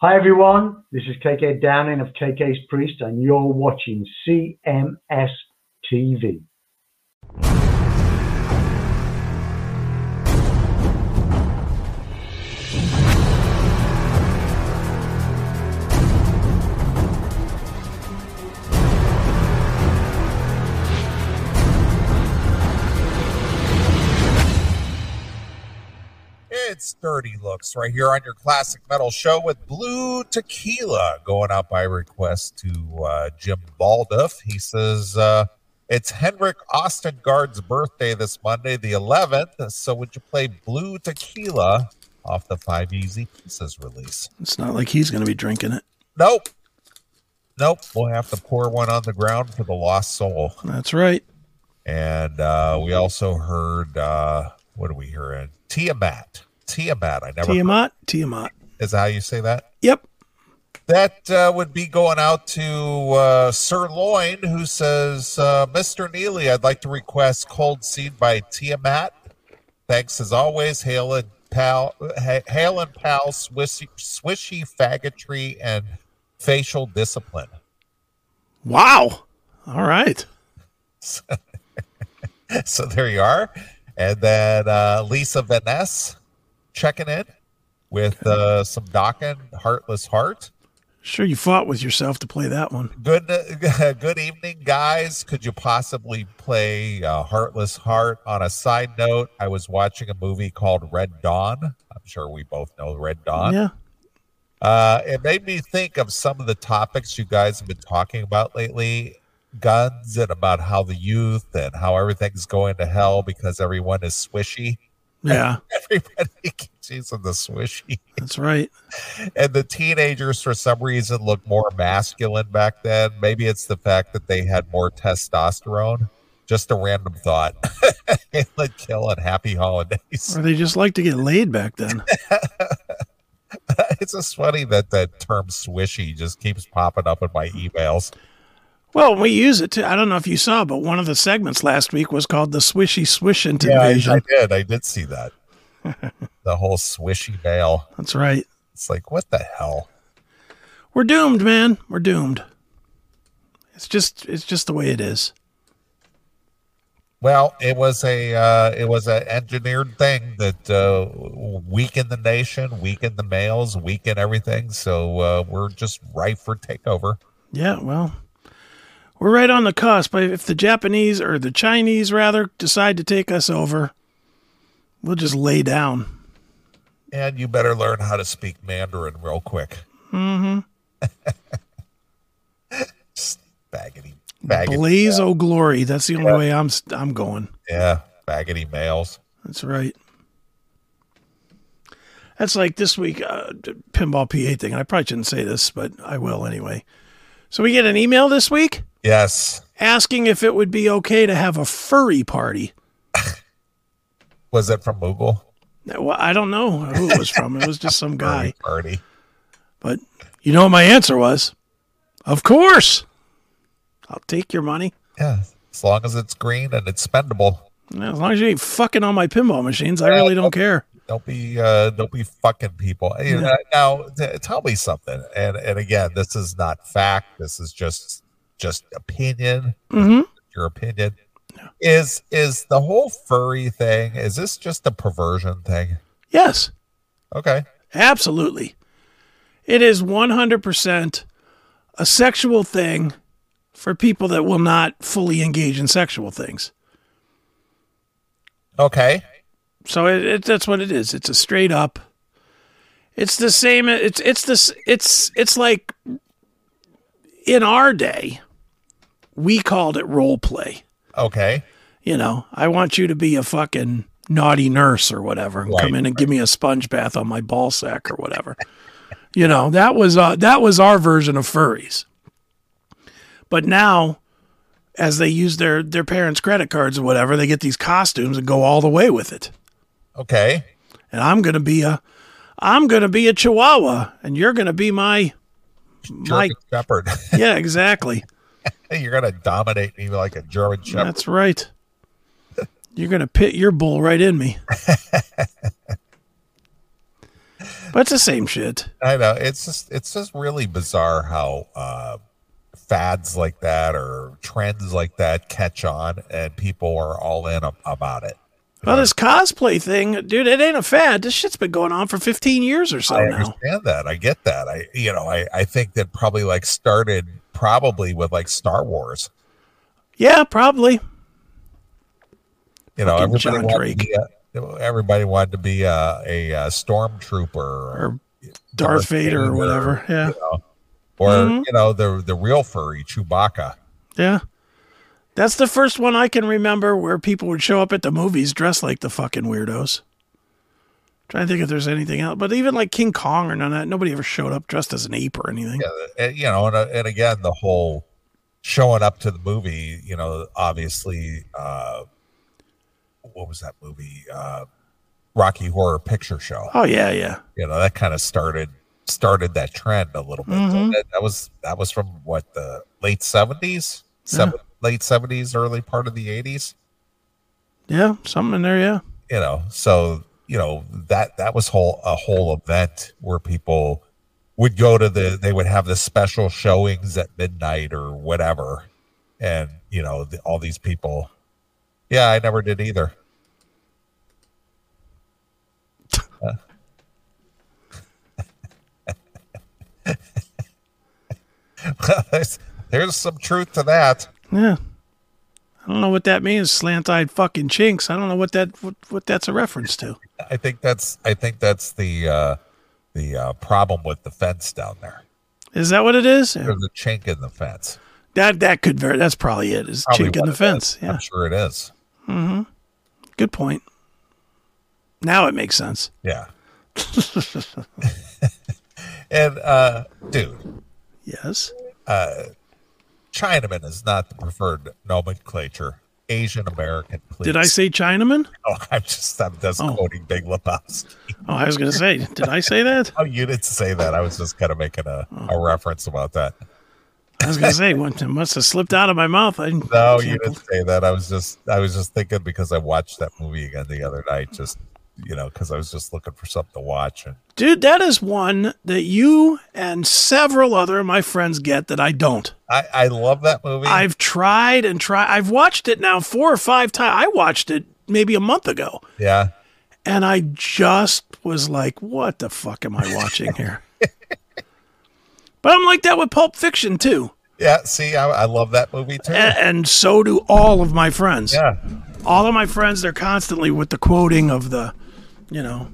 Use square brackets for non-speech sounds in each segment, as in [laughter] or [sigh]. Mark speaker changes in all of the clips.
Speaker 1: Hi everyone, this is KK Downing of KK's Priest, and you're watching CMS TV.
Speaker 2: It's Dirty Looks right here on your classic metal show with Blue Tequila going out by request to uh, Jim Balduff. He says uh, it's Henrik Ostengard's birthday this Monday, the 11th. So would you play Blue Tequila off the Five Easy Pieces release?
Speaker 3: It's not like he's going to be drinking it.
Speaker 2: Nope. Nope. We'll have to pour one on the ground for the lost soul.
Speaker 3: That's right.
Speaker 2: And uh, we also heard, uh, what are we hearing? Tiamat. Tiamat. I never.
Speaker 3: Tiamat. Tiamat.
Speaker 2: Is that how you say that?
Speaker 3: Yep.
Speaker 2: That uh, would be going out to uh, Sirloin, who says, uh, Mr. Neely, I'd like to request Cold Seed by Tiamat. Thanks as always, Hail and Pal, Ha- Hail and Pal, Swishy, swishy Faggotry, and Facial Discipline. [laughs]
Speaker 3: Wow. All right.
Speaker 2: so there you are. And then uh, Lisa Van Ness checking in with uh, some Dockin Heartless Heart.
Speaker 3: Sure, you fought with yourself to play that one.
Speaker 2: Good uh, [laughs] good evening, guys. Could you possibly play uh, Heartless Heart? On a side note, I was watching a movie called Red Dawn. I'm sure we both know Red Dawn.
Speaker 3: Yeah.
Speaker 2: Uh, it made me think of some of the topics you guys have been talking about lately guns and about how the youth and how everything's going to hell because everyone is swishy. [laughs]
Speaker 3: Yeah.
Speaker 2: Everybody [laughs] keeps using the swishy.
Speaker 3: That's right.
Speaker 2: And the teenagers, for some reason, looked more masculine back then. Maybe it's the fact that they had more testosterone. Just a random thought. [laughs] Halen Kill and Happy Holidays.
Speaker 3: Or they just like to get laid
Speaker 2: [laughs]
Speaker 3: back then.
Speaker 2: it's just funny that that term swishy just keeps popping up in my emails.
Speaker 3: Well, we use it too. I don't know if you saw, but one of the segments last week was called the Swishy Swishint
Speaker 2: I,
Speaker 3: Invasion.
Speaker 2: I did. I did see that. [laughs] the whole swishy mail.
Speaker 3: That's right.
Speaker 2: It's like, what the hell?
Speaker 3: We're doomed, man. We're doomed. It's just it's just the way it is.
Speaker 2: Well, it was a uh, it was an engineered thing that uh, weakened the nation, weakened the males, weakened everything. So uh, we're just ripe for takeover.
Speaker 3: Yeah, well, we're right on the cusp. But if the Japanese or the Chinese rather decide to take us over, we'll just lay down.
Speaker 2: And you better learn how to speak Mandarin real quick. [laughs] Mm-hmm. baggity, baggity,
Speaker 3: Blaze o glory. That's the only way I'm st- I'm going.
Speaker 2: yeah, baggity males.
Speaker 3: That's right. That's like this week, uh, d- pinball PA thing. And I probably shouldn't say this, but I will anyway. So we get an email this week
Speaker 2: Yes,
Speaker 3: asking if it would be okay to have a furry party.
Speaker 2: was it from Moogle?
Speaker 3: Now, well, I don't know who it was from. It was just some guy.
Speaker 2: Party.
Speaker 3: But you know what my answer was? Of course. I'll take your money.
Speaker 2: Yeah, as long as it's green and it's spendable.
Speaker 3: Yeah, As long as you ain't fucking on my pinball machines, I really don't care.
Speaker 2: Don't be uh, don't be fucking people. You know, Now t- tell me something. And and again, this is not fact. This is just just opinion. Your opinion is is the whole furry thing. Is this just a perversion thing?
Speaker 3: Yes.
Speaker 2: Okay.
Speaker 3: Absolutely. It is 100% a sexual thing for people that will not fully engage in sexual things.
Speaker 2: Okay.
Speaker 3: So it, it, that's what it is. It's a straight up. It's the same. It's it's this. It's it's like in our day, we called it role play.
Speaker 2: Okay.
Speaker 3: You know, I want you to be a fucking naughty nurse or whatever, and come
Speaker 2: Right,
Speaker 3: in and give me a sponge bath on my ball sack or whatever. [laughs] you know, that was uh, that was our version of furries. But now, as they use their their parents' credit cards or whatever, they get these costumes and go all the way with it
Speaker 2: Okay.
Speaker 3: and I'm gonna be a I'm gonna be a Chihuahua, and you're gonna be my my
Speaker 2: German Shepherd. [laughs]
Speaker 3: yeah exactly
Speaker 2: You're gonna dominate me like a German Shepherd.
Speaker 3: that's right.
Speaker 2: [laughs]
Speaker 3: You're gonna pit your bull right in me. But it's the same shit.
Speaker 2: I know it's just it's just really bizarre how uh, fads like that or trends like that catch on and people are all in ab- about it.
Speaker 3: Well, this cosplay thing, dude, it ain't a fad. This shit's been going on for 15 years or so
Speaker 2: I
Speaker 3: now.
Speaker 2: understand that. I get that. I you know I I think that probably like started probably with like Star Wars.
Speaker 3: Yeah, probably.
Speaker 2: You know,
Speaker 3: Fucking
Speaker 2: everybody
Speaker 3: John
Speaker 2: wanted, to
Speaker 3: Drake.
Speaker 2: be a, everybody wanted to be a, a, uh stormtrooper or,
Speaker 3: Or Darth Vader or whatever. Yeah.
Speaker 2: or
Speaker 3: Mm-hmm.
Speaker 2: you know the the real furry Chewbacca.
Speaker 3: Yeah. That's the first one I can remember where people would show up at the movies dressed like the fucking weirdos. Trying to think if there's anything else, but even like King Kong or none of that, nobody ever showed up dressed as an ape or anything.
Speaker 2: Yeah, and, you know, and, uh, and again, the whole showing up to the movie, you know, obviously, uh, what was that movie? Uh, Rocky Horror Picture Show.
Speaker 3: Oh yeah, yeah,
Speaker 2: You know, that kind of started started that trend a little bit. So that, that was that was from what the late seventies, seven, late seventies, early part of the eighties.
Speaker 3: yeah, something in there, yeah.
Speaker 2: you know so you know that that was whole a whole event where people would go to the they would have the special showings at midnight or whatever and you know the, all these people yeah i never did either [laughs] Well, there's, there's some truth to that
Speaker 3: Yeah. I don't know what that means, slant-eyed fucking chinks. I don't know what that what, what that's a reference to.
Speaker 2: I think that's I think that's the uh, the uh, problem with the fence down there.
Speaker 3: Is that what it is?
Speaker 2: There's a chink in the fence.
Speaker 3: That that could very that's probably it. Is
Speaker 2: Probably
Speaker 3: chink in
Speaker 2: what
Speaker 3: the
Speaker 2: it
Speaker 3: fence.
Speaker 2: is.
Speaker 3: Yeah.
Speaker 2: I'm sure it is.
Speaker 3: Good point. Now it makes sense. [laughs]
Speaker 2: Yeah. and uh, dude,
Speaker 3: Yes.
Speaker 2: Chinaman is not the preferred nomenclature. Asian American, please.
Speaker 3: Did
Speaker 2: [laughs]
Speaker 3: I say Chinaman?
Speaker 2: No, I'm just I'm just
Speaker 3: Oh.
Speaker 2: quoting Big Lebowski. [laughs]
Speaker 3: Oh, I was gonna say, did I say that?
Speaker 2: Oh, you didn't say that. I was just kind of making a, uh, a
Speaker 3: Oh.
Speaker 2: reference about that.
Speaker 3: I was gonna say one it must have slipped out of my mouth. I
Speaker 2: No, you didn't
Speaker 3: [laughs]
Speaker 2: say that. I was just I was just thinking because I watched that movie again the other night, just you know, because I was just looking for something to watch. And
Speaker 3: dude, that is one that you and several other of my friends get that I don't.
Speaker 2: I I love that movie.
Speaker 3: I've tried and tried. I've watched it now four or five times. I watched it maybe a month ago,
Speaker 2: yeah,
Speaker 3: and I just was like, "What the fuck am I watching here?" but I'm like that with Pulp Fiction too,
Speaker 2: yeah. See, I, I love that movie too.
Speaker 3: A- and so do all of my friends.
Speaker 2: yeah,
Speaker 3: all of my friends they're constantly with the quoting of the you know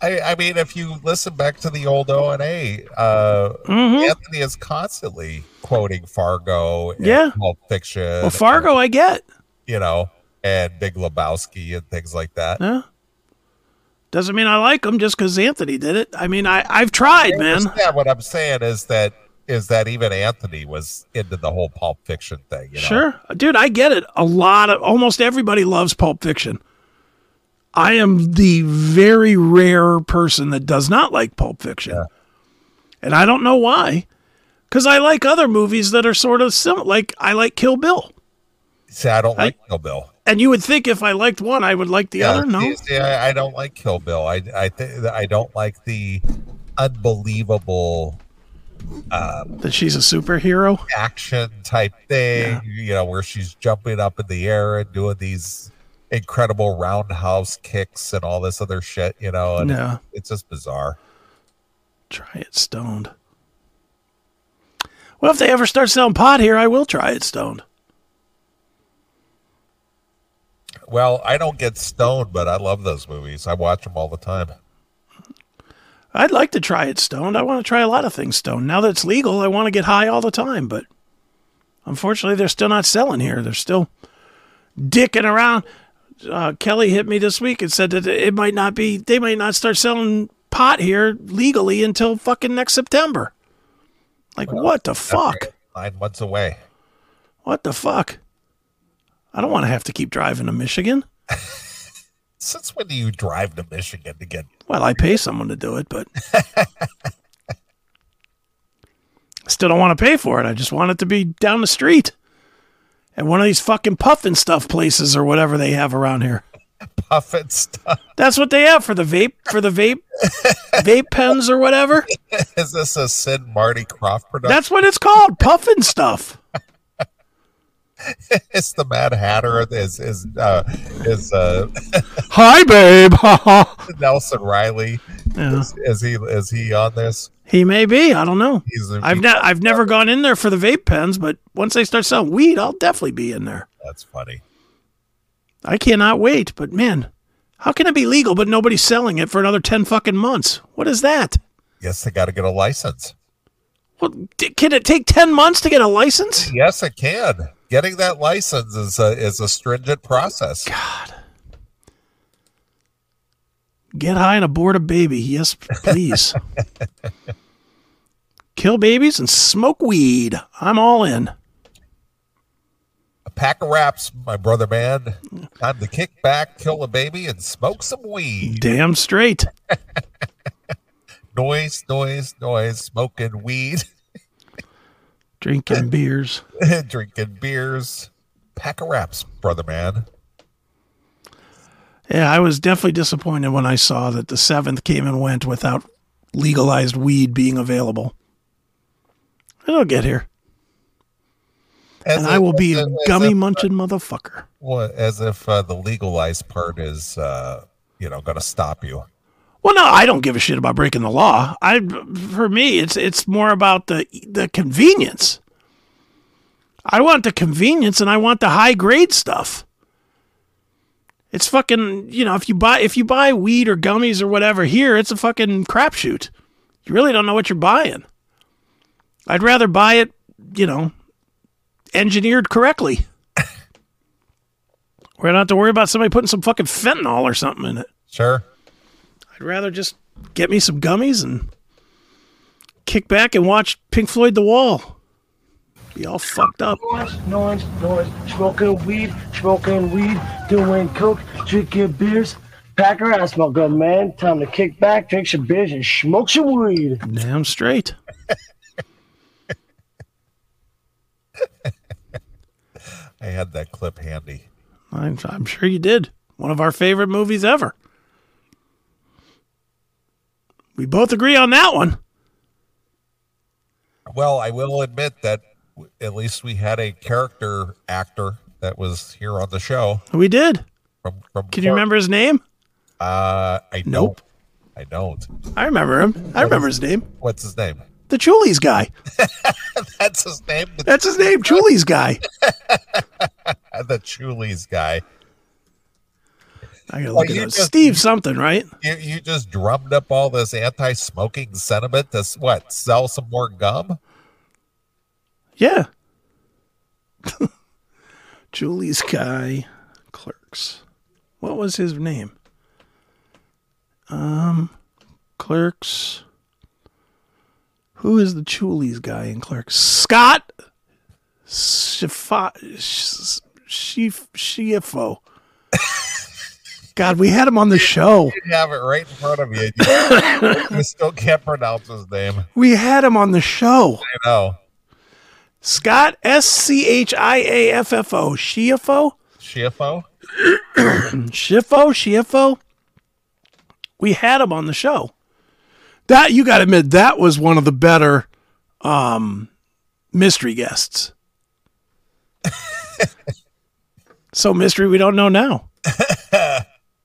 Speaker 2: I I mean, if you listen back to the old O and A, uh,
Speaker 3: Mm-hmm.
Speaker 2: Anthony is constantly quoting Fargo. And
Speaker 3: Yeah.
Speaker 2: Pulp Fiction.
Speaker 3: well fargo i get
Speaker 2: You know, and Big Lebowski and things like that.
Speaker 3: yeah doesn't mean i like them just because anthony did it i mean i i've tried man
Speaker 2: Yeah, what I'm saying is that is that even Anthony was into the whole Pulp Fiction thing. You know?
Speaker 3: sure dude i get it a lot of almost everybody loves pulp fiction i am the very rare person that does not like pulp fiction and i don't know why because i like other movies that are sort of similar like i like kill bill
Speaker 2: See, I don't
Speaker 3: I-
Speaker 2: like Kill Bill.
Speaker 3: and you would think if i liked one i would like the other no
Speaker 2: see, see, I, I don't like Kill Bill. I I think I don't like the unbelievable
Speaker 3: that she's a superhero
Speaker 2: action type thing. You know, where she's jumping up in the air and doing these incredible roundhouse kicks and all this other shit. You know, and
Speaker 3: No.
Speaker 2: it's just bizarre.
Speaker 3: Try it stoned. Well, if they ever start selling pot here, I will try it stoned.
Speaker 2: Well, I don't get stoned, but I love those movies. I watch them all the time.
Speaker 3: I'd like to try it stoned. I want to try a lot of things stoned. Now that it's legal, I want to get high all the time, but unfortunately, they're still not selling here. They're still dicking around. Uh, Kelly hit me this week and said that it might not be, they might not start selling pot here legally until fucking next September. Like, what the fuck?
Speaker 2: Nine months away.
Speaker 3: What the fuck? I don't want to have to keep driving to Michigan.
Speaker 2: Since when do you drive to Michigan to get?
Speaker 3: Well, I pay someone to do it, [laughs] but I still don't want to pay for it. I just want it to be down the street at one of these fucking puffin stuff places or whatever they have around here.
Speaker 2: stuff and stuff. [laughs]
Speaker 3: That's what they have for the vape for the vape [laughs] vape pens or whatever.
Speaker 2: Is this a Sid Marty Croft production?
Speaker 3: That's what it's called, puffin stuff.
Speaker 2: [laughs] it's the Mad Hatter. Is is uh, is uh, [laughs]
Speaker 3: Hi, babe. [laughs]
Speaker 2: Nelson Riley?
Speaker 3: Yeah.
Speaker 2: Is, is he is he on this?
Speaker 3: He may be. I don't know.
Speaker 2: He's a-
Speaker 3: I've ne- I've never gone in there for the vape pens, but once they start selling weed, I'll definitely be in there.
Speaker 2: That's funny.
Speaker 3: I cannot wait. But man, how can it be legal but nobody's selling it for another ten fucking months? What is that?
Speaker 2: Yes, they got to get a license.
Speaker 3: What d- can it take ten months to get a license?
Speaker 2: Yes, it can. Getting that license is a is a stringent process.
Speaker 3: Get high and abort a baby. Yes, please. [laughs] Kill babies and smoke weed. I'm all in.
Speaker 2: A pack of wraps, my brother man. Time to kick back, kill a baby, and smoke some weed.
Speaker 3: Damn straight.
Speaker 2: Noise, noise, noise. Smoking weed, [laughs]
Speaker 3: Drinking beers.
Speaker 2: [laughs] drinking beers. Pack of wraps, brother man.
Speaker 3: Yeah, I was definitely disappointed when I saw that the seventh came and went without legalized weed being available. It'll get here.
Speaker 2: As
Speaker 3: And
Speaker 2: if-
Speaker 3: I will be
Speaker 2: as
Speaker 3: a
Speaker 2: if- as
Speaker 3: gummy
Speaker 2: if-
Speaker 3: munching motherfucker.
Speaker 2: Well, as if uh, the legalized part is, uh, you know, going to stop you.
Speaker 3: Well, no, I don't give a shit about breaking the law. I, for me, it's it's more about the the convenience. I want the convenience, and I want the high grade stuff. It's fucking you know if you buy if you buy weed or gummies or whatever here, it's a fucking crapshoot. You really don't know what you're buying. I'd rather buy it, you know, engineered correctly. [laughs] We're gonna have to worry about somebody putting some fucking fentanyl or something in it.
Speaker 2: Sure.
Speaker 3: I'd rather just get me some gummies and kick back and watch Pink Floyd The Wall. Be all fucked up.
Speaker 4: Noise, noise, noise. Smoking weed, smoking weed, doing coke, drinking beers. Pack her ass, my good man. Time to kick back, drink some beers, and smoke some weed.
Speaker 3: Damn straight.
Speaker 2: I had that clip handy.
Speaker 3: I'm, I'm sure you did. One of our favorite movies ever. We both agree on that one.
Speaker 2: Well, I will admit that w- at least we had a character actor that was here on the show.
Speaker 3: We did.
Speaker 2: From from
Speaker 3: Can you
Speaker 2: Flor-
Speaker 3: remember his name?
Speaker 2: Uh, I
Speaker 3: Nope.
Speaker 2: Don't. I don't.
Speaker 3: I remember him. I remember his name.
Speaker 2: What's his name? [laughs]
Speaker 3: The Chulies guy.
Speaker 2: That's his name. [laughs] The,
Speaker 3: That's his name, Chulies guy.
Speaker 2: the Chulies guy.
Speaker 3: I gotta look
Speaker 2: Oh,
Speaker 3: at
Speaker 2: you
Speaker 3: those.
Speaker 2: just-
Speaker 3: Steve something, right?
Speaker 2: You, you just drummed up all this anti-smoking sentiment to s- what? Sell some more gum?
Speaker 3: Yeah. [laughs] Julie's guy clerks. What was his name? Um clerks. Who is the Julie's guy in clerks? Scott Shifa Sh- Shif Shifo. God, we had him on the show.
Speaker 2: You have it right in front of you. You, you still can't pronounce his name.
Speaker 3: We had him on the show.
Speaker 2: You know,
Speaker 3: Scott S C H I A F F O. Shifo?
Speaker 2: Shifo.
Speaker 3: Shifo, Shifo. We had him on the show. That you got to admit, that was one of the better um, mystery guests. [laughs] so mystery, we don't know now.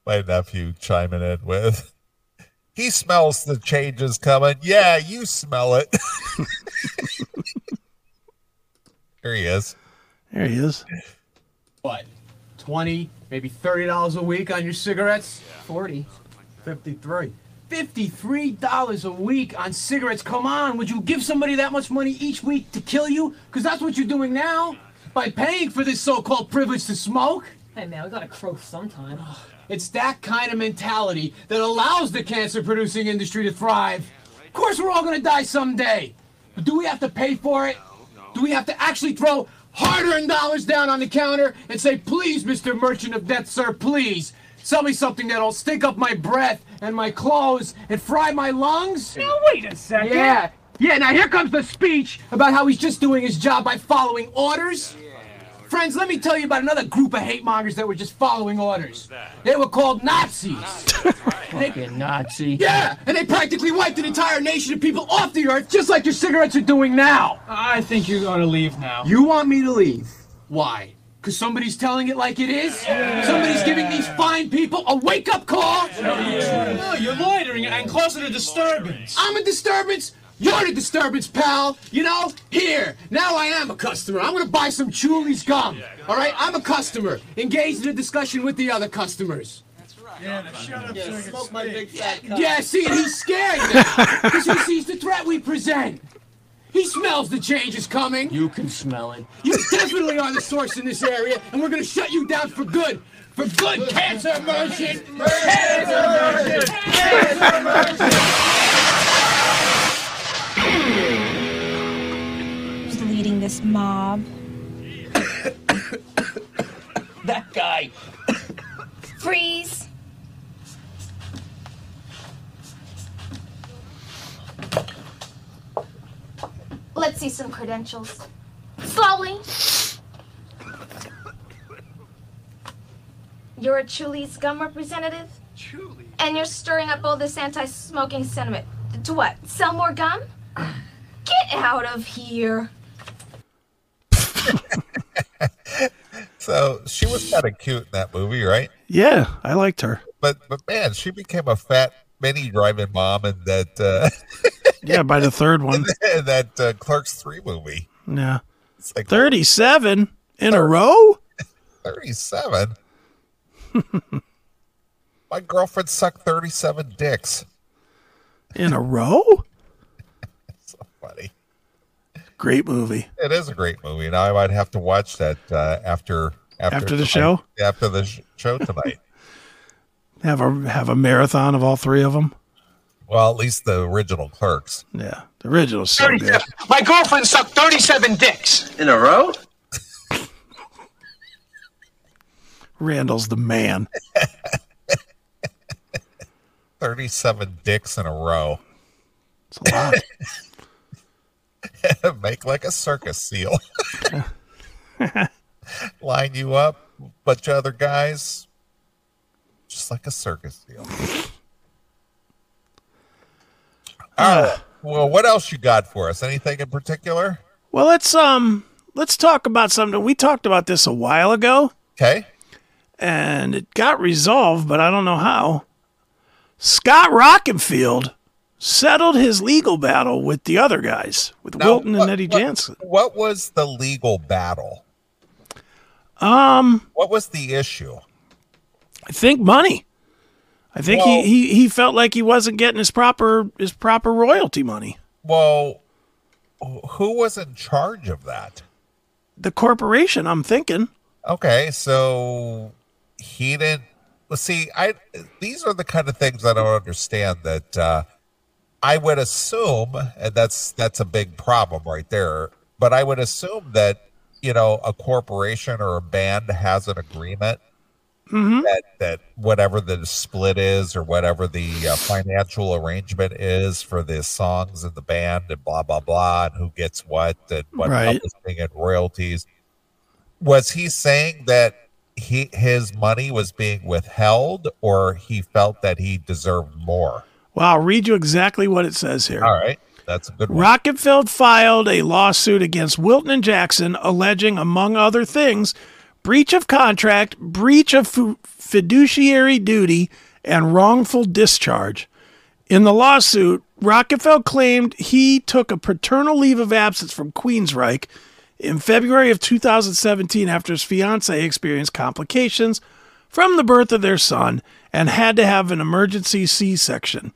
Speaker 2: My nephew chiming in with. He smells the changes coming. Yeah, you smell it. [laughs] Here he is.
Speaker 3: There he is.
Speaker 5: what, 20, maybe $30 a week on your cigarettes? 40, 53. $53 a week on cigarettes. Come on, would you give somebody that much money each week to kill you? Because that's what you're doing now by paying for this so called privilege to smoke.
Speaker 6: Hey man, we gotta croak sometime.
Speaker 5: It's that kind of mentality that allows the cancer producing industry to thrive. Of course, we're all gonna die someday. But do we have to pay for it? Do we have to actually throw hard earned dollars down on the counter and say, please, Mr. Merchant of Death, sir, please, sell me something that'll stink up my breath and my clothes and fry my lungs?
Speaker 6: Now wait a second.
Speaker 5: Yeah. Yeah, now here comes the speech about how he's just doing his job by following orders. Friends, let me tell you about another group of hate mongers that were just following orders. They were called Nazis.
Speaker 6: Fucking Nazi.
Speaker 5: Yeah, and they practically wiped an entire nation of people off the earth, just like your cigarettes are doing now.
Speaker 7: I think you ought to leave now.
Speaker 5: Oh. You want me to leave? Why? Because somebody's telling it like it is? Somebody's giving these fine people a wake up call?
Speaker 7: No, you're loitering and causing a disturbance.
Speaker 5: I'm a disturbance. You're the disturbance, pal. You know, here. Now I am a customer. I'm gonna buy some Chuli's gum. All right, I'm a customer. Engaged in a discussion with the other customers.
Speaker 6: Smoke my big fat cock.
Speaker 5: Yeah, see, and he's scared now because he sees the threat we present. He smells the changes coming.
Speaker 6: You can smell it.
Speaker 5: You definitely are the source in this area, and we're gonna shut you down for good. For good, cancer merchant! Cancer merchant! Cancer merchant!
Speaker 8: Who's leading this mob?
Speaker 6: That guy.
Speaker 8: Freeze! Let's see some credentials. Slowly! You're a Chuli's gum representative? Truly? And you're stirring up all this anti smoking sentiment. To what? Sell more gum? Get out of here!
Speaker 2: So she was kind of cute in that movie, right?
Speaker 3: Yeah, I liked her.
Speaker 2: But but man, she became a fat mini driving mom in that uh,
Speaker 3: Yeah, by the third one.
Speaker 2: in [laughs] that uh, Clerks three movie.
Speaker 3: Yeah.
Speaker 2: It's like
Speaker 3: 37 in a row?
Speaker 2: thirty
Speaker 3: [laughs]
Speaker 2: seven. My girlfriend sucked thirty seven dicks.
Speaker 3: In a row?
Speaker 2: So funny.
Speaker 3: Great movie.
Speaker 2: It is a great movie, and I might have to watch that uh, after after
Speaker 3: After the
Speaker 2: tonight.
Speaker 3: show?
Speaker 2: After the sh- show
Speaker 3: [laughs]
Speaker 2: tonight.
Speaker 3: Have a have a marathon of all three of them.
Speaker 2: well, at least the original Clerks.
Speaker 3: Yeah. The original's so good.
Speaker 9: My girlfriend sucked 37 dicks.
Speaker 10: In a row?
Speaker 3: Randall's the man.
Speaker 2: Thirty seven dicks in a row.
Speaker 3: It's a lot. [laughs]
Speaker 2: make like a circus seal. [laughs] Line you up, bunch of other guys, just like a circus seal. All right. Well, what else you got for us? Anything in particular?
Speaker 3: Well, let's um let's talk about something. We talked about this a while ago
Speaker 2: Okay.
Speaker 3: and it got resolved, but I don't know how. Scott Rockenfield settled his legal battle with the other guys, with
Speaker 2: Now,
Speaker 3: Wilton and
Speaker 2: what-
Speaker 3: Eddie
Speaker 2: what-
Speaker 3: Jansen.
Speaker 2: What was the legal battle? Um, what was the issue?
Speaker 3: I think money. I think
Speaker 2: Well-
Speaker 3: he, he, he felt like he wasn't getting his proper his proper royalty money.
Speaker 2: Well, who was in charge of that?
Speaker 3: The corporation, I'm thinking.
Speaker 2: Okay, so he didn't. Well, see, I these are the kind of things I don't understand. That uh, I would assume, and that's that's a big problem right there. But I would assume that you know a corporation or a band has an agreement that that whatever the split is or whatever the uh, financial arrangement is for the songs and the band and blah blah blah and who gets what and what
Speaker 3: Right.
Speaker 2: publishing and royalties. Was he saying that he his money was being withheld or he felt that he deserved more?
Speaker 3: Well, I'll read you exactly what it says here.
Speaker 2: All right, that's a good one.
Speaker 3: Rockenfield filed a lawsuit against Wilton and Jackson, alleging, among other things, breach of contract, breach of fu- fiduciary duty, and wrongful discharge. In the lawsuit, Rockefeller claimed he took a paternal leave of absence from Queensryche in February of 2017 after his fiancee experienced complications from the birth of their son and had to have an emergency C section.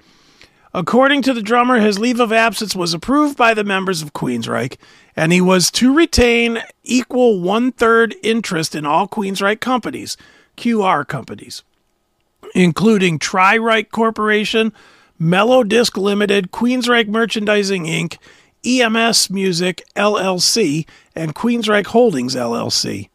Speaker 3: According to the drummer, his leave of absence was approved by the members of Queensryche, and he was to retain equal one third interest in all Queensryche companies, QR companies, including Tri Rite Corporation, Mellow Disc Limited, Queensryche Merchandising Inc., EMS Music LLC, and Queensryche Holdings LLC.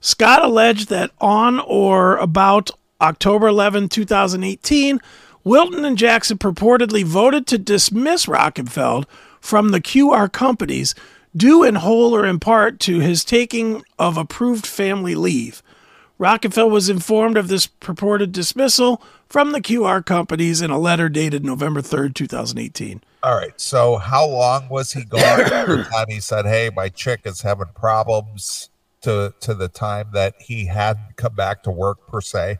Speaker 3: Scott alleged that on or about October 11, 2018, Wilton and Jackson purportedly voted to dismiss Rockenfeld from the QR companies due in whole or in part to his taking of approved family leave. Rockefeller was informed of this purported dismissal from the QR companies in a letter dated November 3rd, 2018.
Speaker 2: All right. So how long was he gone from the
Speaker 3: [coughs]
Speaker 2: time he said, "Hey, my chick is having problems"? To to the time that he had come back to work per se.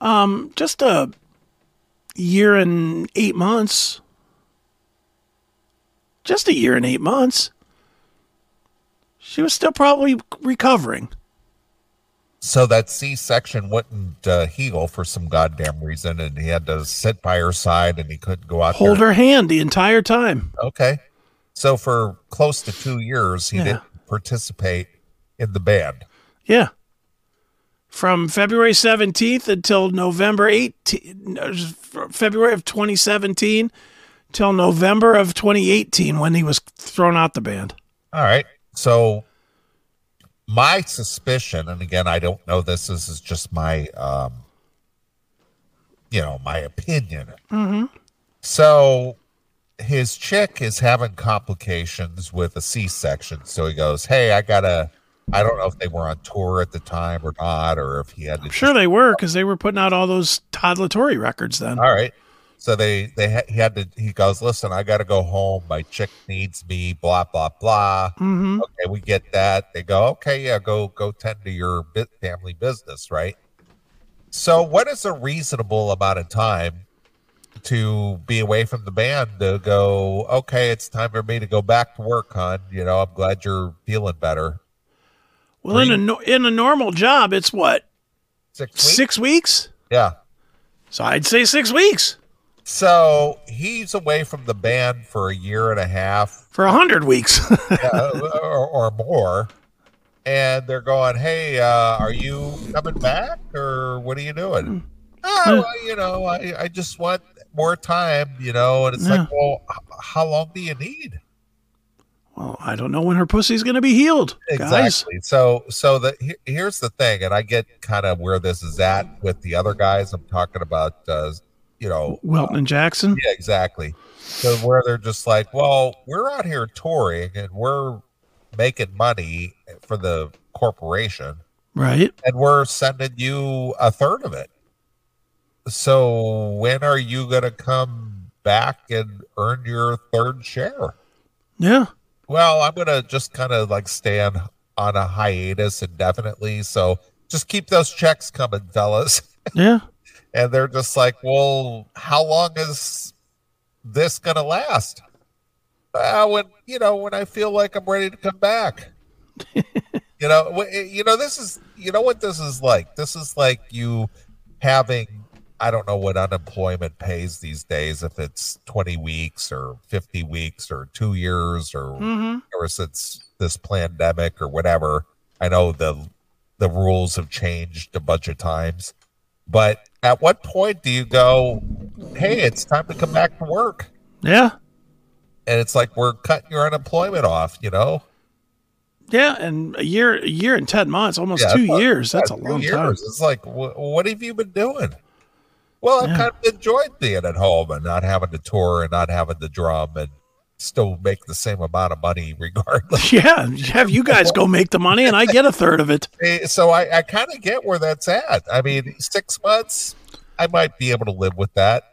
Speaker 3: Um, just a year and eight months. Just a year and eight months. She was still probably recovering.
Speaker 2: So that C section wouldn't uh, heal for some goddamn reason, and he had to sit by her side, and he couldn't go out.
Speaker 3: Hold
Speaker 2: there.
Speaker 3: her hand the entire time.
Speaker 2: Okay. So for close to two years, he
Speaker 3: Yeah.
Speaker 2: didn't participate in the band.
Speaker 3: Yeah. From February 17th until November 18, no, just fr- February of 2017 till November of 2018 when he was thrown out the band.
Speaker 2: All right. So my suspicion, and again, I don't know this. This is just my, um, you know, my opinion. So his chick is having complications with a C-section. So he goes, "Hey, I gotta." I don't know if they were on tour at the time or not, or if he had to.
Speaker 3: Sure they were because they were putting out all those Todd Latore records then.
Speaker 2: All right. So they they ha- he had to. He goes, "Listen, I got to go home. My chick needs me." Blah blah blah.
Speaker 3: Mm-hmm.
Speaker 2: okay, we get that. They go, okay, yeah, go go tend to your bit family business, right? So, what is a reasonable amount of time to be away from the band to go? Okay, it's time for me to go back to work, hon. You know, I'm glad you're feeling better.
Speaker 3: Well, in a no- in a normal job, it's what
Speaker 2: Six weeks,
Speaker 3: six weeks.
Speaker 2: yeah.
Speaker 3: So I'd say six weeks
Speaker 2: So he's away from the band for a year and a half.
Speaker 3: for a hundred weeks. [laughs]
Speaker 2: yeah, or, [laughs] or more. And they're going, "Hey, uh, are you coming back, or what are you doing?" Oh, well, you know, I, I just want more time, you know. And it's like, well, h- how long do you need?
Speaker 3: well, I don't know when her pussy's going to be healed, guys.
Speaker 2: Exactly. So, so the he- here's the thing, and I get kind of where this is at with the other guys. I'm talking about, uh, you know,
Speaker 3: Welton and Jackson.
Speaker 2: Yeah, exactly. So where they're just like, well, we're out here touring and we're making money for the corporation,
Speaker 3: Right.
Speaker 2: and we're sending you a third of it. So when are you going to come back and earn your third share?
Speaker 3: Yeah.
Speaker 2: Well, I'm going to just kind of like stay on, on a hiatus indefinitely. So just keep those checks coming, fellas [laughs]
Speaker 3: Yeah.
Speaker 2: and they're just like, "Well, how long is this gonna last?" Uh, when you know, when I feel like I'm ready to come back, you know, wh- eh, you know, this is, you know, what this is like. This is like you having, I don't know what unemployment pays these days, if it's 20 weeks or 50 weeks or two years or
Speaker 3: Mm-hmm.
Speaker 2: ever since this pandemic or whatever. I know the the rules have changed a bunch of times, but at what point do you go, "Hey, it's time to come back to work"?
Speaker 3: Yeah.
Speaker 2: And it's like we're cutting your unemployment off. You know,
Speaker 3: Yeah. And a year, a year and ten months, almost
Speaker 2: Yeah,
Speaker 3: two
Speaker 2: that's-
Speaker 3: years. That's
Speaker 2: Yeah,
Speaker 3: a
Speaker 2: two
Speaker 3: long
Speaker 2: years.
Speaker 3: time. [laughs]
Speaker 2: It's like, wh- what have you been doing? Well, I've
Speaker 3: Yeah.
Speaker 2: kind of enjoyed being at home and not having to tour and not having to drum and still make the same amount of money [laughs] regardless.
Speaker 3: Yeah. Have you guys go make the money, and I get a third
Speaker 2: [laughs]
Speaker 3: of it.
Speaker 2: Eh, so I, I kind of get where that's at. I mean, six months, I might be able to live with that.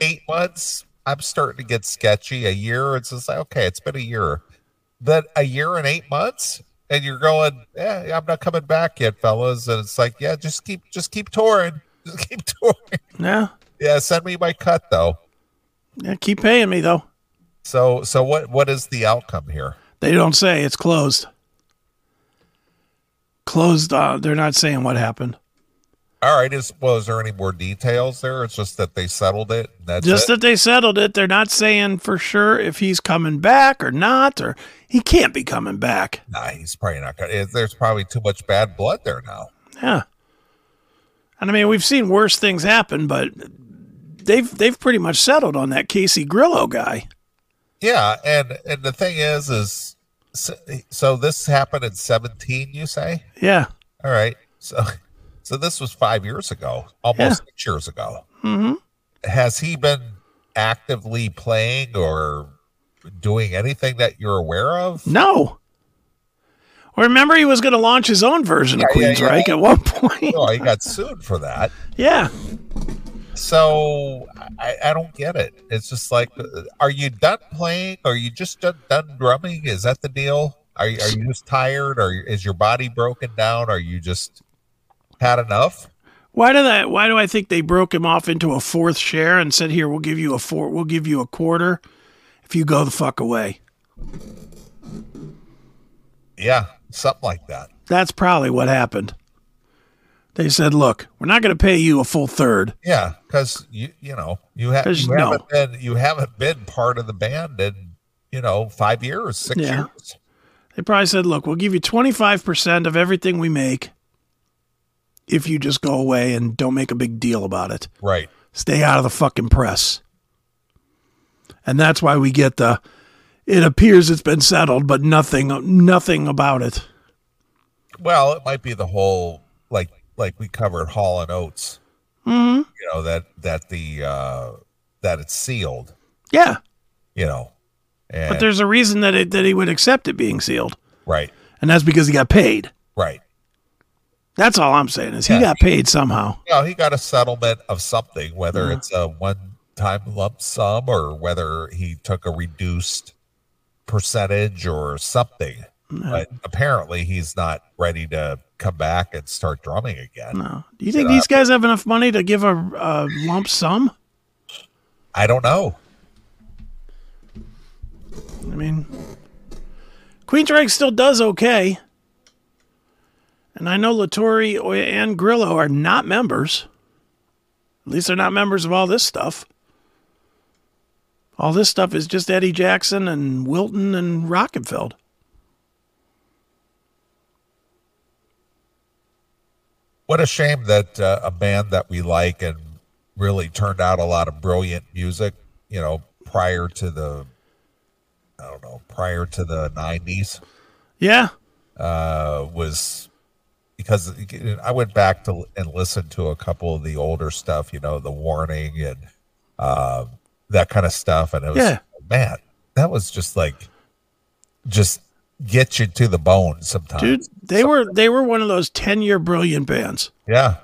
Speaker 2: Eight months, I'm starting to get sketchy. A year, it's just like, okay, it's been a year. Then a year and eight months, and you're going, "Eh, yeah, I'm not coming back yet, fellas. And it's like, yeah, just keep, just keep touring, [laughs] just keep touring.
Speaker 3: Yeah.
Speaker 2: Yeah, send me my cut though.
Speaker 3: Yeah. Keep paying me though.
Speaker 2: So, so what, what is the outcome here?
Speaker 3: They don't say it's closed. Closed. Uh, they're not saying what happened.
Speaker 2: All right, is well, is there any more details there? It's just that they settled it. and That's
Speaker 3: Just
Speaker 2: it?
Speaker 3: that they settled it. They're not saying for sure if he's coming back or not, or he can't be coming back.
Speaker 2: Nah, he's probably not going to. There's probably too much bad blood there now.
Speaker 3: Yeah. And I mean, we've seen worse things happen, but they've they've pretty much settled on that Casey Grillo guy.
Speaker 2: Yeah, and and the thing is, is so, so this happened in 17. You say?
Speaker 3: Yeah.
Speaker 2: All right. So, [laughs] so this was five years ago, almost six years ago.
Speaker 3: Mm-hmm.
Speaker 2: Has he been actively playing or doing anything that you're aware of?
Speaker 3: No. Well, remember, he was going to launch his own version of
Speaker 2: Yeah, yeah,
Speaker 3: Queens
Speaker 2: yeah.
Speaker 3: Reich at one [laughs] point.
Speaker 2: No, Oh, he got sued for that.
Speaker 3: yeah.
Speaker 2: So I, I don't get it. It's just like, uh, are you done playing? Are you just done, done drumming? Is that the deal? Are you, are you just tired? Or is your body broken down? Are you just had enough?
Speaker 3: Why do that? Why do I think they broke him off into a fourth share and said, "Here, we'll give you a four. We'll give you a quarter if you go the fuck away."
Speaker 2: Yeah, something like that.
Speaker 3: That's probably what happened. They said, "Look, we're not going to pay you a full third.
Speaker 2: Yeah, because you you know you, ha-
Speaker 3: 'Cause
Speaker 2: you
Speaker 3: no.
Speaker 2: haven't been you haven't been part of the band in you know five years, six
Speaker 3: Yeah.
Speaker 2: years.
Speaker 3: They probably said, "Look, we'll give you twenty five percent of everything we make if you just go away and don't make a big deal about it.
Speaker 2: Right.
Speaker 3: Stay out of the fucking press." And that's why we get the. It appears it's been settled, but nothing, nothing about it.
Speaker 2: Well, it might be the whole like like we covered Hall and Oates.
Speaker 3: Mhm.
Speaker 2: You know that that the uh that it's sealed.
Speaker 3: Yeah,
Speaker 2: You know, and,
Speaker 3: but there's a reason that it, that he would accept it being sealed,
Speaker 2: right,
Speaker 3: and that's because he got paid.
Speaker 2: right.
Speaker 3: That's all I'm saying is he
Speaker 2: Yeah.
Speaker 3: got paid somehow.
Speaker 2: You know, he got a settlement of something, whether
Speaker 3: Mm-hmm.
Speaker 2: it's a one time lump sum or whether he took a reduced percentage or something. But apparently he's not ready to come back and start drumming again.
Speaker 3: No, do you think these guys have enough money to give a, a lump sum?
Speaker 2: I don't know.
Speaker 3: I mean, Queensrÿche still does okay, and I know Latoury and Grillo are not members. At least they're not members of all this stuff. All this stuff is just Eddie Jackson and Wilton and Rockenfeld.
Speaker 2: What a shame that uh, a band that we like and really turned out a lot of brilliant music, you know, prior to the, I don't know, prior to the 90s.
Speaker 3: Yeah,
Speaker 2: uh, was because I went back to and listened to a couple of the older stuff, you know, the warning and uh, that kind of stuff, and it was oh,
Speaker 3: Yeah.
Speaker 2: man, that was just like just get you to the bone sometimes.
Speaker 3: dude, they were they were one of those ten year brilliant bands.
Speaker 2: Yeah.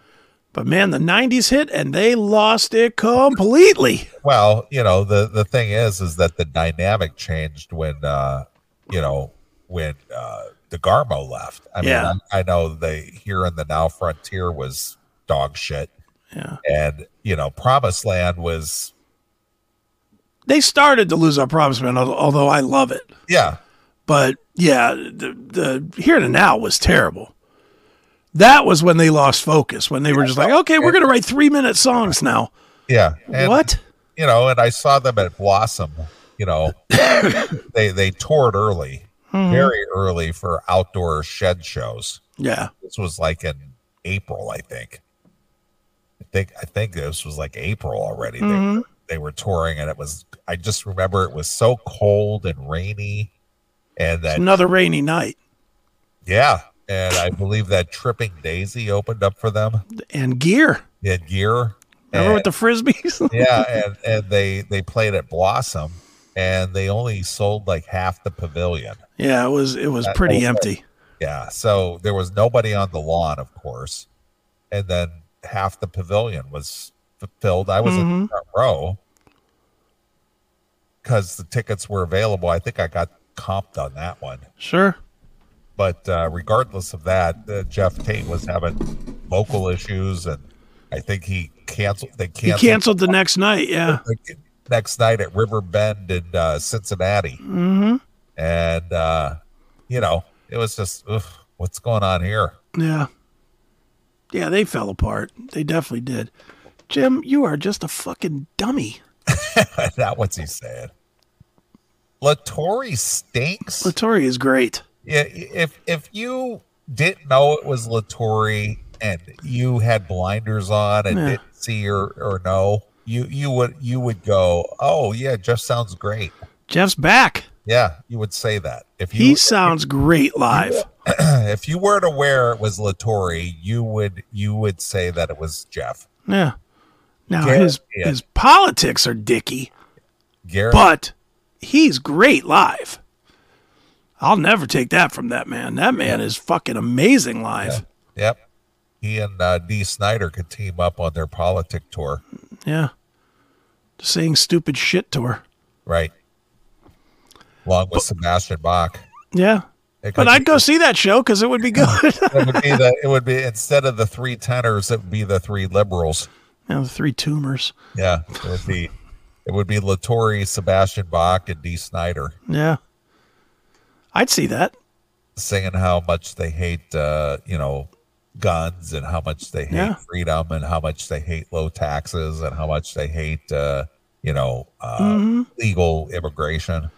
Speaker 3: But man, the '90s hit and they lost it completely.
Speaker 2: Well, you know, the the thing is, is that the dynamic changed when, uh, you know, when uh, DeGarmo left. I
Speaker 3: Yeah.
Speaker 2: mean, I, I know the here in the now frontier was dog shit.
Speaker 3: Yeah.
Speaker 2: and you know promised land was
Speaker 3: They started to lose our promise, man. al- Although I love it,
Speaker 2: yeah
Speaker 3: but yeah, the, the here and now was terrible. That was when they lost focus. When they were just like, okay, we're gonna write three minute songs now.
Speaker 2: yeah and,
Speaker 3: what?
Speaker 2: you know and i saw them at blossom you
Speaker 3: [coughs]
Speaker 2: know they they toured early
Speaker 3: Mm-hmm.
Speaker 2: very early for outdoor shed shows
Speaker 3: Yeah,
Speaker 2: this was like in april i think i think i think this was like april already they, were, they were touring and it was i just remember it was so cold and rainy and that
Speaker 3: another rainy night,
Speaker 2: yeah and i believe that tripping daisy opened up for them
Speaker 3: and gear.
Speaker 2: in gear and-
Speaker 3: Remember with the frisbees? [laughs]
Speaker 2: yeah and, and they they played at blossom and they only sold like half the pavilion
Speaker 3: yeah, it was it was pretty empty.
Speaker 2: yeah so there was nobody on the lawn of course and then half the pavilion was f- filled i was in the front row because the tickets were available i think i got comped on that one
Speaker 3: Sure.
Speaker 2: but uh, regardless of that uh, jeff tate was having vocal issues and i think he canceled they
Speaker 3: He
Speaker 2: canceled
Speaker 3: canceled the next night. Yeah.
Speaker 2: the next night at River Bend in uh, Cincinnati. Mm-hmm. And, uh, you know, it was just, ugh, what's going on here?
Speaker 3: Yeah. Yeah, they fell apart. They definitely did. Jim, you are just a fucking dummy.
Speaker 2: [laughs] Not what's he saying. Latori stinks.
Speaker 3: Latore is great.
Speaker 2: Yeah, if if you didn't know it was Latori and you had blinders on and
Speaker 3: Yeah.
Speaker 2: didn't see or, or know, you you would you would go, oh yeah, Jeff sounds great.
Speaker 3: Jeff's back.
Speaker 2: Yeah, you would say that if you
Speaker 3: He sounds great live.
Speaker 2: [laughs] if you weren't aware it was Latori, you would you would say that it was Jeff.
Speaker 3: Yeah. Now
Speaker 2: Yeah,
Speaker 3: his
Speaker 2: yeah.
Speaker 3: his politics are dicky,
Speaker 2: Gary
Speaker 3: but he's great live. I'll never take that from that man. That man is fucking amazing live.
Speaker 2: Yep. He and uh, Dee Snyder could team up on their politic tour.
Speaker 3: Yeah. Just saying stupid shit to her.
Speaker 2: Right. Along with Sebastian Bach.
Speaker 3: Yeah.
Speaker 2: It could
Speaker 3: But I'd
Speaker 2: be-
Speaker 3: go see that show because it
Speaker 2: [laughs]
Speaker 3: would be good. [laughs]
Speaker 2: It would be the. It would be instead of the three tenors, it would be the three liberals.
Speaker 3: Yeah, the three tumors.
Speaker 2: Yeah, it would be. It would be Latori, Sebastian Bach, and Dee Snyder
Speaker 3: Yeah. I'd see that.
Speaker 2: singing how much they hate, uh, you know, guns and how much they hate
Speaker 3: Yeah.
Speaker 2: freedom and how much they hate low taxes and how much they hate, uh, you know, uh,
Speaker 3: Mm-hmm.
Speaker 2: legal immigration.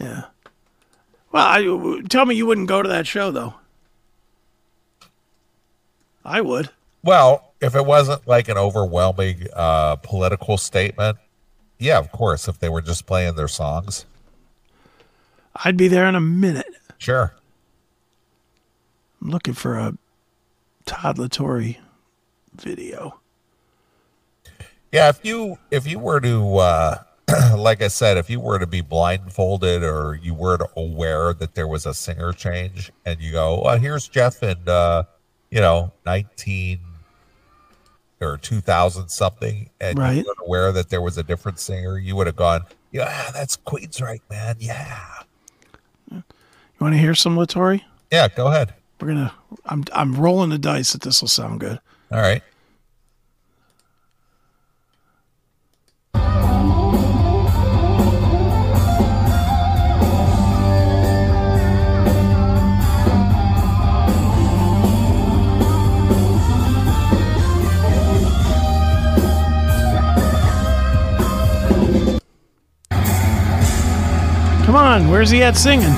Speaker 3: Yeah. Well, I, w- tell me you wouldn't go to that show though. I would.
Speaker 2: Well, if it wasn't like an overwhelming uh, political statement, yeah, of course. If they were just playing their songs,
Speaker 3: I'd be there in a minute.
Speaker 2: sure.
Speaker 3: I'm looking for a Todd Latore video.
Speaker 2: Yeah, if you if you were to uh [clears throat] like I said, if you were to be blindfolded or you were to aware that there was a singer change and you go, Well, here's Jeff in uh, you know, nineteen or two thousand something, and you
Speaker 3: Right.
Speaker 2: were aware that there was a different singer, you would have gone, Yeah, that's Queensryche, man. Yeah.
Speaker 3: You want to hear some Latore?
Speaker 2: Yeah, go ahead.
Speaker 3: We're gonna. I'm I'm rolling the dice that this will sound good.
Speaker 2: All right.
Speaker 3: Come on, where's he at singing?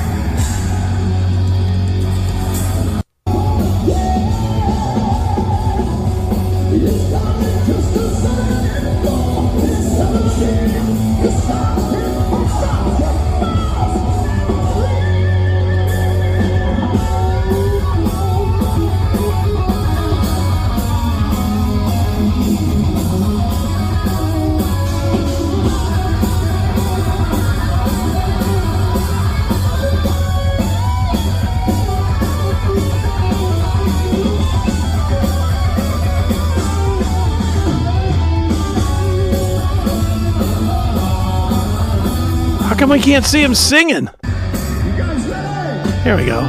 Speaker 3: How come I can't see him singing? Here we go.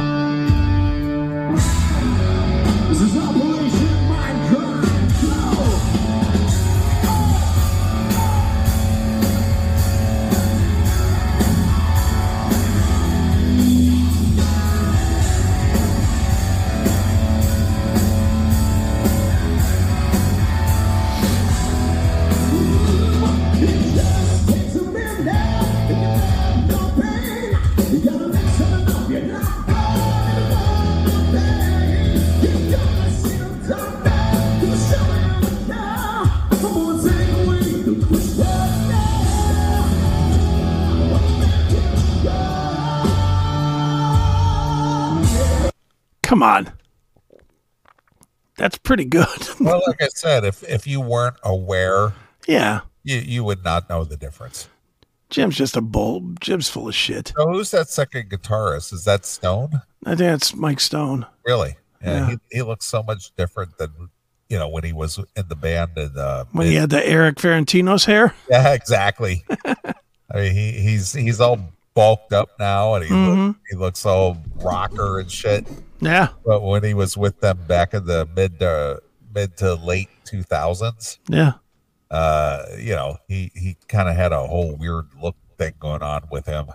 Speaker 3: Come on. That's pretty good. [laughs]
Speaker 2: Well, like I said, if if you weren't aware,
Speaker 3: yeah.
Speaker 2: you, you would not know the difference.
Speaker 3: Jim's just a bull. Jim's full of shit.
Speaker 2: So who's that second guitarist? Is that Stone?
Speaker 3: I think that's Mike Stone.
Speaker 2: Really? Yeah.
Speaker 3: Yeah.
Speaker 2: He, he looks so much different than you know when he was in the band and uh
Speaker 3: When he
Speaker 2: mid-
Speaker 3: had the Eric Ferentino's hair.
Speaker 2: [laughs] yeah, exactly. I mean he he's he's all bulked up now and he
Speaker 3: Mm-hmm.
Speaker 2: look, he looks all rocker and shit.
Speaker 3: Yeah.
Speaker 2: But when he was with them back in the mid uh, mid to late two thousands,
Speaker 3: Yeah.
Speaker 2: uh, you know, he he kind of had a whole weird look thing going on with him.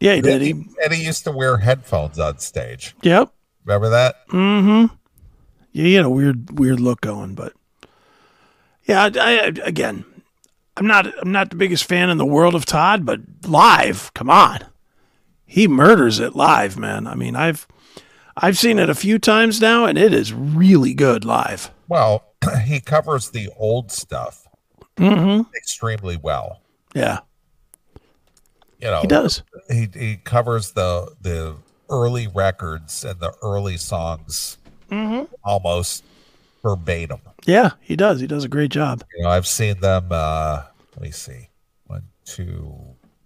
Speaker 3: Yeah, he did. He,
Speaker 2: and he used to wear headphones on stage.
Speaker 3: yep.
Speaker 2: Remember that?
Speaker 3: Yeah, he had a weird, weird look going, but yeah, I, I, again, I'm not, I'm not the biggest fan in the world of Todd, but live, come on, he murders it live, man. I mean, I've, I've seen it a few times now, and it is really good live.
Speaker 2: Well, [clears throat] he covers the old stuff
Speaker 3: Mm-hmm.
Speaker 2: extremely well.
Speaker 3: Yeah,
Speaker 2: You know,
Speaker 3: he does.
Speaker 2: He, he covers the the early records and the early songs
Speaker 3: Mm-hmm.
Speaker 2: almost verbatim.
Speaker 3: Yeah, he does. He does a great job.
Speaker 2: You know, I've seen them. Uh, let me see, one, two,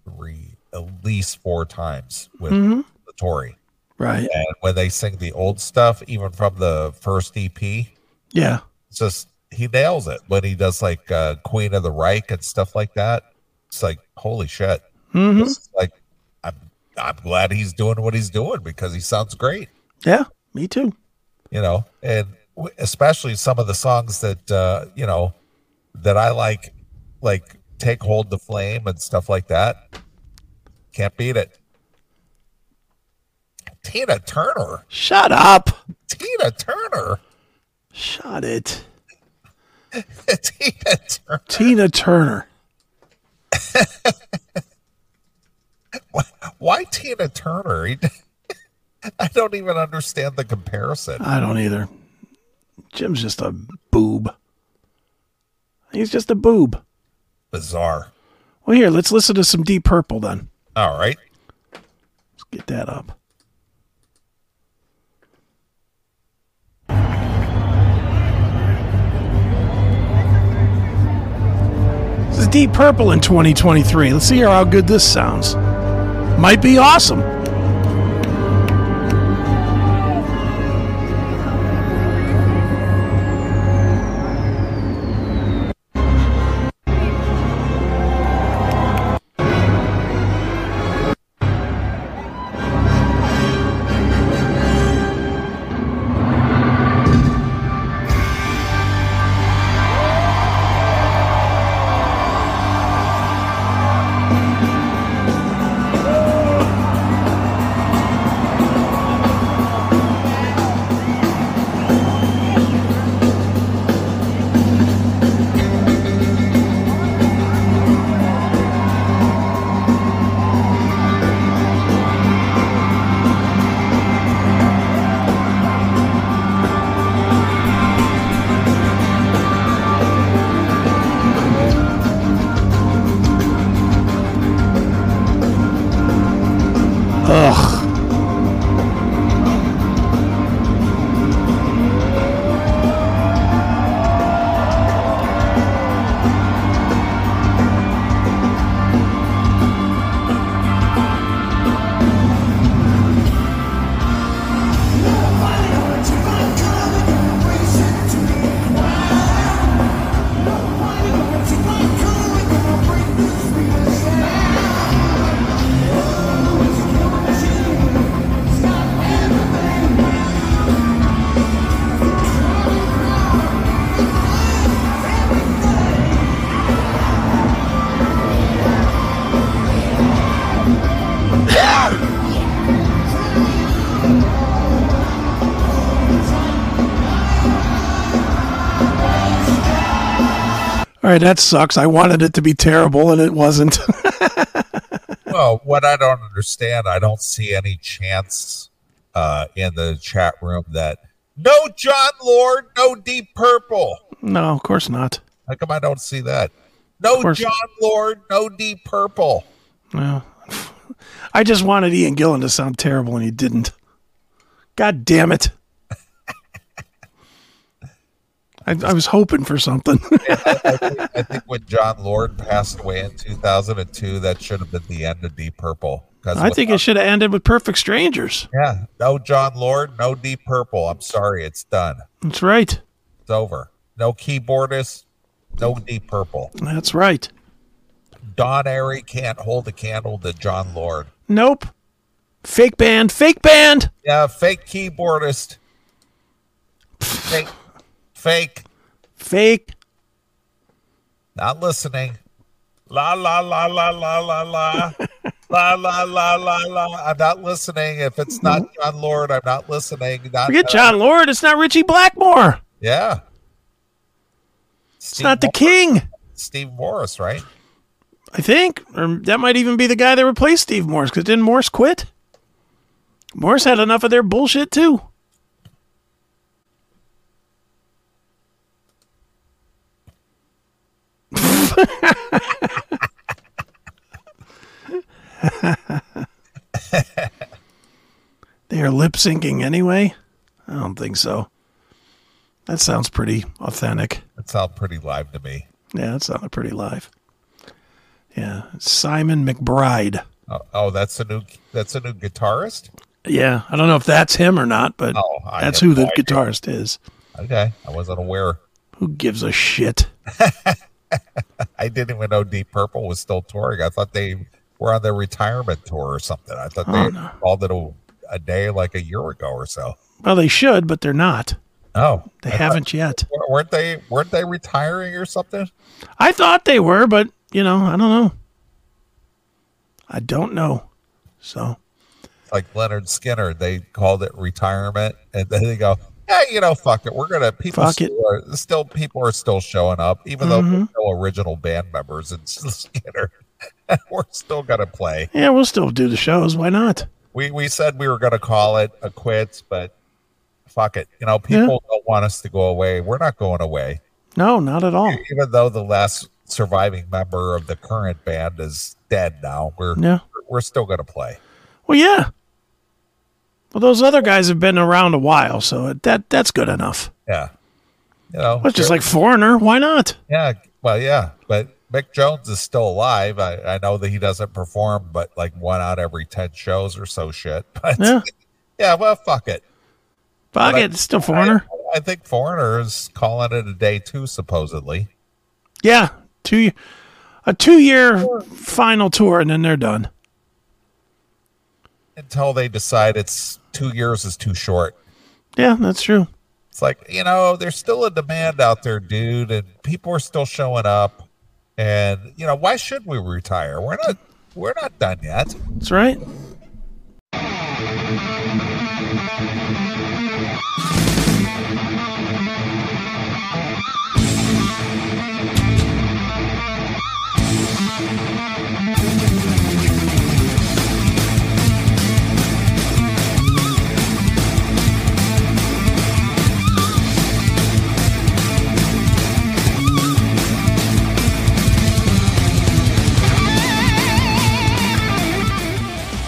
Speaker 2: three. at least four times with
Speaker 3: Mm-hmm.
Speaker 2: the Tory.
Speaker 3: Right.
Speaker 2: And when they sing the old stuff, even from the first E EP, it's
Speaker 3: Yeah.
Speaker 2: just he nails it when he does like uh, Queen of the Reich and stuff like that. It's like holy shit.
Speaker 3: Mm-hmm.
Speaker 2: It's like I'm I'm glad he's doing what he's doing because he sounds great.
Speaker 3: Yeah. Me too.
Speaker 2: you know, and w- especially some of the songs that uh, you know that I like, like "Take Hold the Flame" and stuff like that. Can't beat it. Tina Turner,
Speaker 3: Shut up.
Speaker 2: Tina Turner, [laughs]
Speaker 3: Shut it.
Speaker 2: Tina Turner.
Speaker 3: Tina Turner.
Speaker 2: Why Tina Turner? [laughs] He d- I don't even understand the comparison.
Speaker 3: I don't either. Jim's just a boob. He's just a boob.
Speaker 2: Bizarre.
Speaker 3: Well, here, let's listen to some Deep Purple then.
Speaker 2: All right,
Speaker 3: Let's get that up. This is Deep Purple in 2023. Let's see how good this sounds. Might be awesome. Ugh. All right, that sucks. I wanted it to be terrible and it wasn't. [laughs]
Speaker 2: Well, what I don't understand, I don't see any chance uh, in the chat room that no John Lord, no Deep Purple.
Speaker 3: no, of course not.
Speaker 2: How come I don't see that? No
Speaker 3: course.
Speaker 2: John Lord, no Deep Purple.
Speaker 3: No. I just wanted Ian Gillan to sound terrible and he didn't. God damn it. I, I was hoping for something. [laughs]
Speaker 2: I think when John Lord passed away in 2002, that should have been the end of Deep Purple. 'Cause
Speaker 3: I think it
Speaker 2: without-
Speaker 3: should have ended with Perfect Strangers.
Speaker 2: Yeah, no John Lord, no Deep Purple. I'm sorry, it's done.
Speaker 3: That's right.
Speaker 2: It's over. No keyboardist, no Deep Purple.
Speaker 3: That's right.
Speaker 2: Don Airy can't hold a candle to John Lord.
Speaker 3: Nope. Fake band. Fake band.
Speaker 2: Yeah, fake keyboardist. fake, fake,
Speaker 3: Fake.
Speaker 2: not listening. La la la la la la la. La la la la la. I'm not listening. If it's not John Lord, I'm not listening. Not,
Speaker 3: Forget
Speaker 2: uh,
Speaker 3: John Lord. It's not Richie Blackmore.
Speaker 2: Yeah.
Speaker 3: It's not the king.
Speaker 2: Steve Morris, right?
Speaker 3: I think, or that might even be the guy that replaced Steve Morse. Because didn't Morse quit? Morse had enough of their bullshit too. [laughs] they are lip syncing anyway. I don't think so. That sounds pretty authentic.
Speaker 2: That sounds pretty live to me.
Speaker 3: Yeah, that sounded pretty live. Yeah, Simon McBride.
Speaker 2: Oh, oh, that's a new that's a new guitarist.
Speaker 3: Yeah, I don't know if that's him or not, but
Speaker 2: Oh, I
Speaker 3: that's
Speaker 2: have
Speaker 3: who the
Speaker 2: no idea.
Speaker 3: guitarist is.
Speaker 2: Okay, I wasn't aware.
Speaker 3: Who gives a shit?
Speaker 2: I didn't even know Deep Purple was still touring. I thought they were on their retirement tour or something. I thought
Speaker 3: Oh,
Speaker 2: they called it a, a day like a year ago or so.
Speaker 3: Well, they should, but they're not.
Speaker 2: Oh,
Speaker 3: They
Speaker 2: I thought-
Speaker 3: haven't yet.
Speaker 2: w- weren't they weren't they retiring or something?
Speaker 3: I thought they were, but you know, I don't know. I don't know. So
Speaker 2: Like Leonard Skinner, they called it retirement, and then they go, "Yeah, you know, fuck it. We're gonna people
Speaker 3: Fuck it.
Speaker 2: still,
Speaker 3: Mm-hmm.
Speaker 2: Are, still people are still showing up, even though we're still original band members and [laughs] Skinner. we're still gonna play.
Speaker 3: yeah, we'll still do the shows. Why not?
Speaker 2: we we said we were going to call it a quits, but fuck it. You know, people don't want us to go away. We're not going away,
Speaker 3: No, not at all.
Speaker 2: even though the last surviving member of the current band is dead now. We're
Speaker 3: Yeah.
Speaker 2: we're still going to play.
Speaker 3: Well, yeah. Well, those other guys have been around a while, so that that's good enough.
Speaker 2: Yeah, you know,
Speaker 3: Well, it's just
Speaker 2: they're-
Speaker 3: like Foreigner. Why not?
Speaker 2: yeah, well, yeah, but. Mick Jones is still alive. I, I know that he doesn't perform, but like one out every 10 shows or so shit. [laughs] But
Speaker 3: Yeah.
Speaker 2: yeah, well, fuck it.
Speaker 3: Fuck
Speaker 2: I-
Speaker 3: it. It's still Foreigner.
Speaker 2: I, I think Foreigner is calling it a day too, supposedly.
Speaker 3: Yeah, two a two year final tour, and then they're done.
Speaker 2: until they decide it's two years is too short.
Speaker 3: Yeah, that's true.
Speaker 2: It's like, you know, there's still a demand out there, dude, and people are still showing up. And you know, why should we retire? We're not we're not done yet.
Speaker 3: That's right.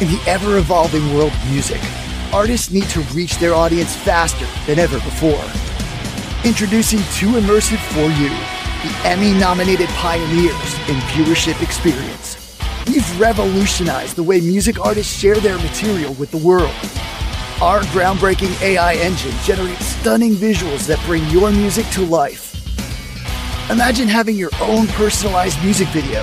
Speaker 10: In the ever evolving world of music, artists need to reach their audience faster than ever before. Introducing Too Immersive for You, the Emmy nominated pioneers in viewership experience. We've revolutionized the way music artists share their material with the world. Our groundbreaking AI engine generates stunning visuals that bring your music to life. Imagine having your own personalized music video,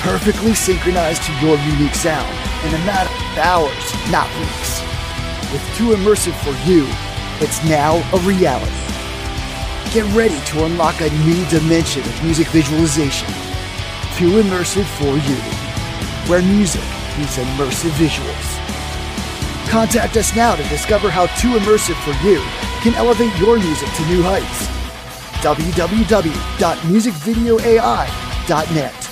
Speaker 10: perfectly synchronized to your unique sound in a matter of hours, not weeks. With Too Immersive for You, it's now a reality. Get ready to unlock a new dimension of music visualization. Too Immersive for You, where music meets immersive visuals. Contact us now to discover how Too Immersive for You can elevate your music to new heights www.musicvideoai.net.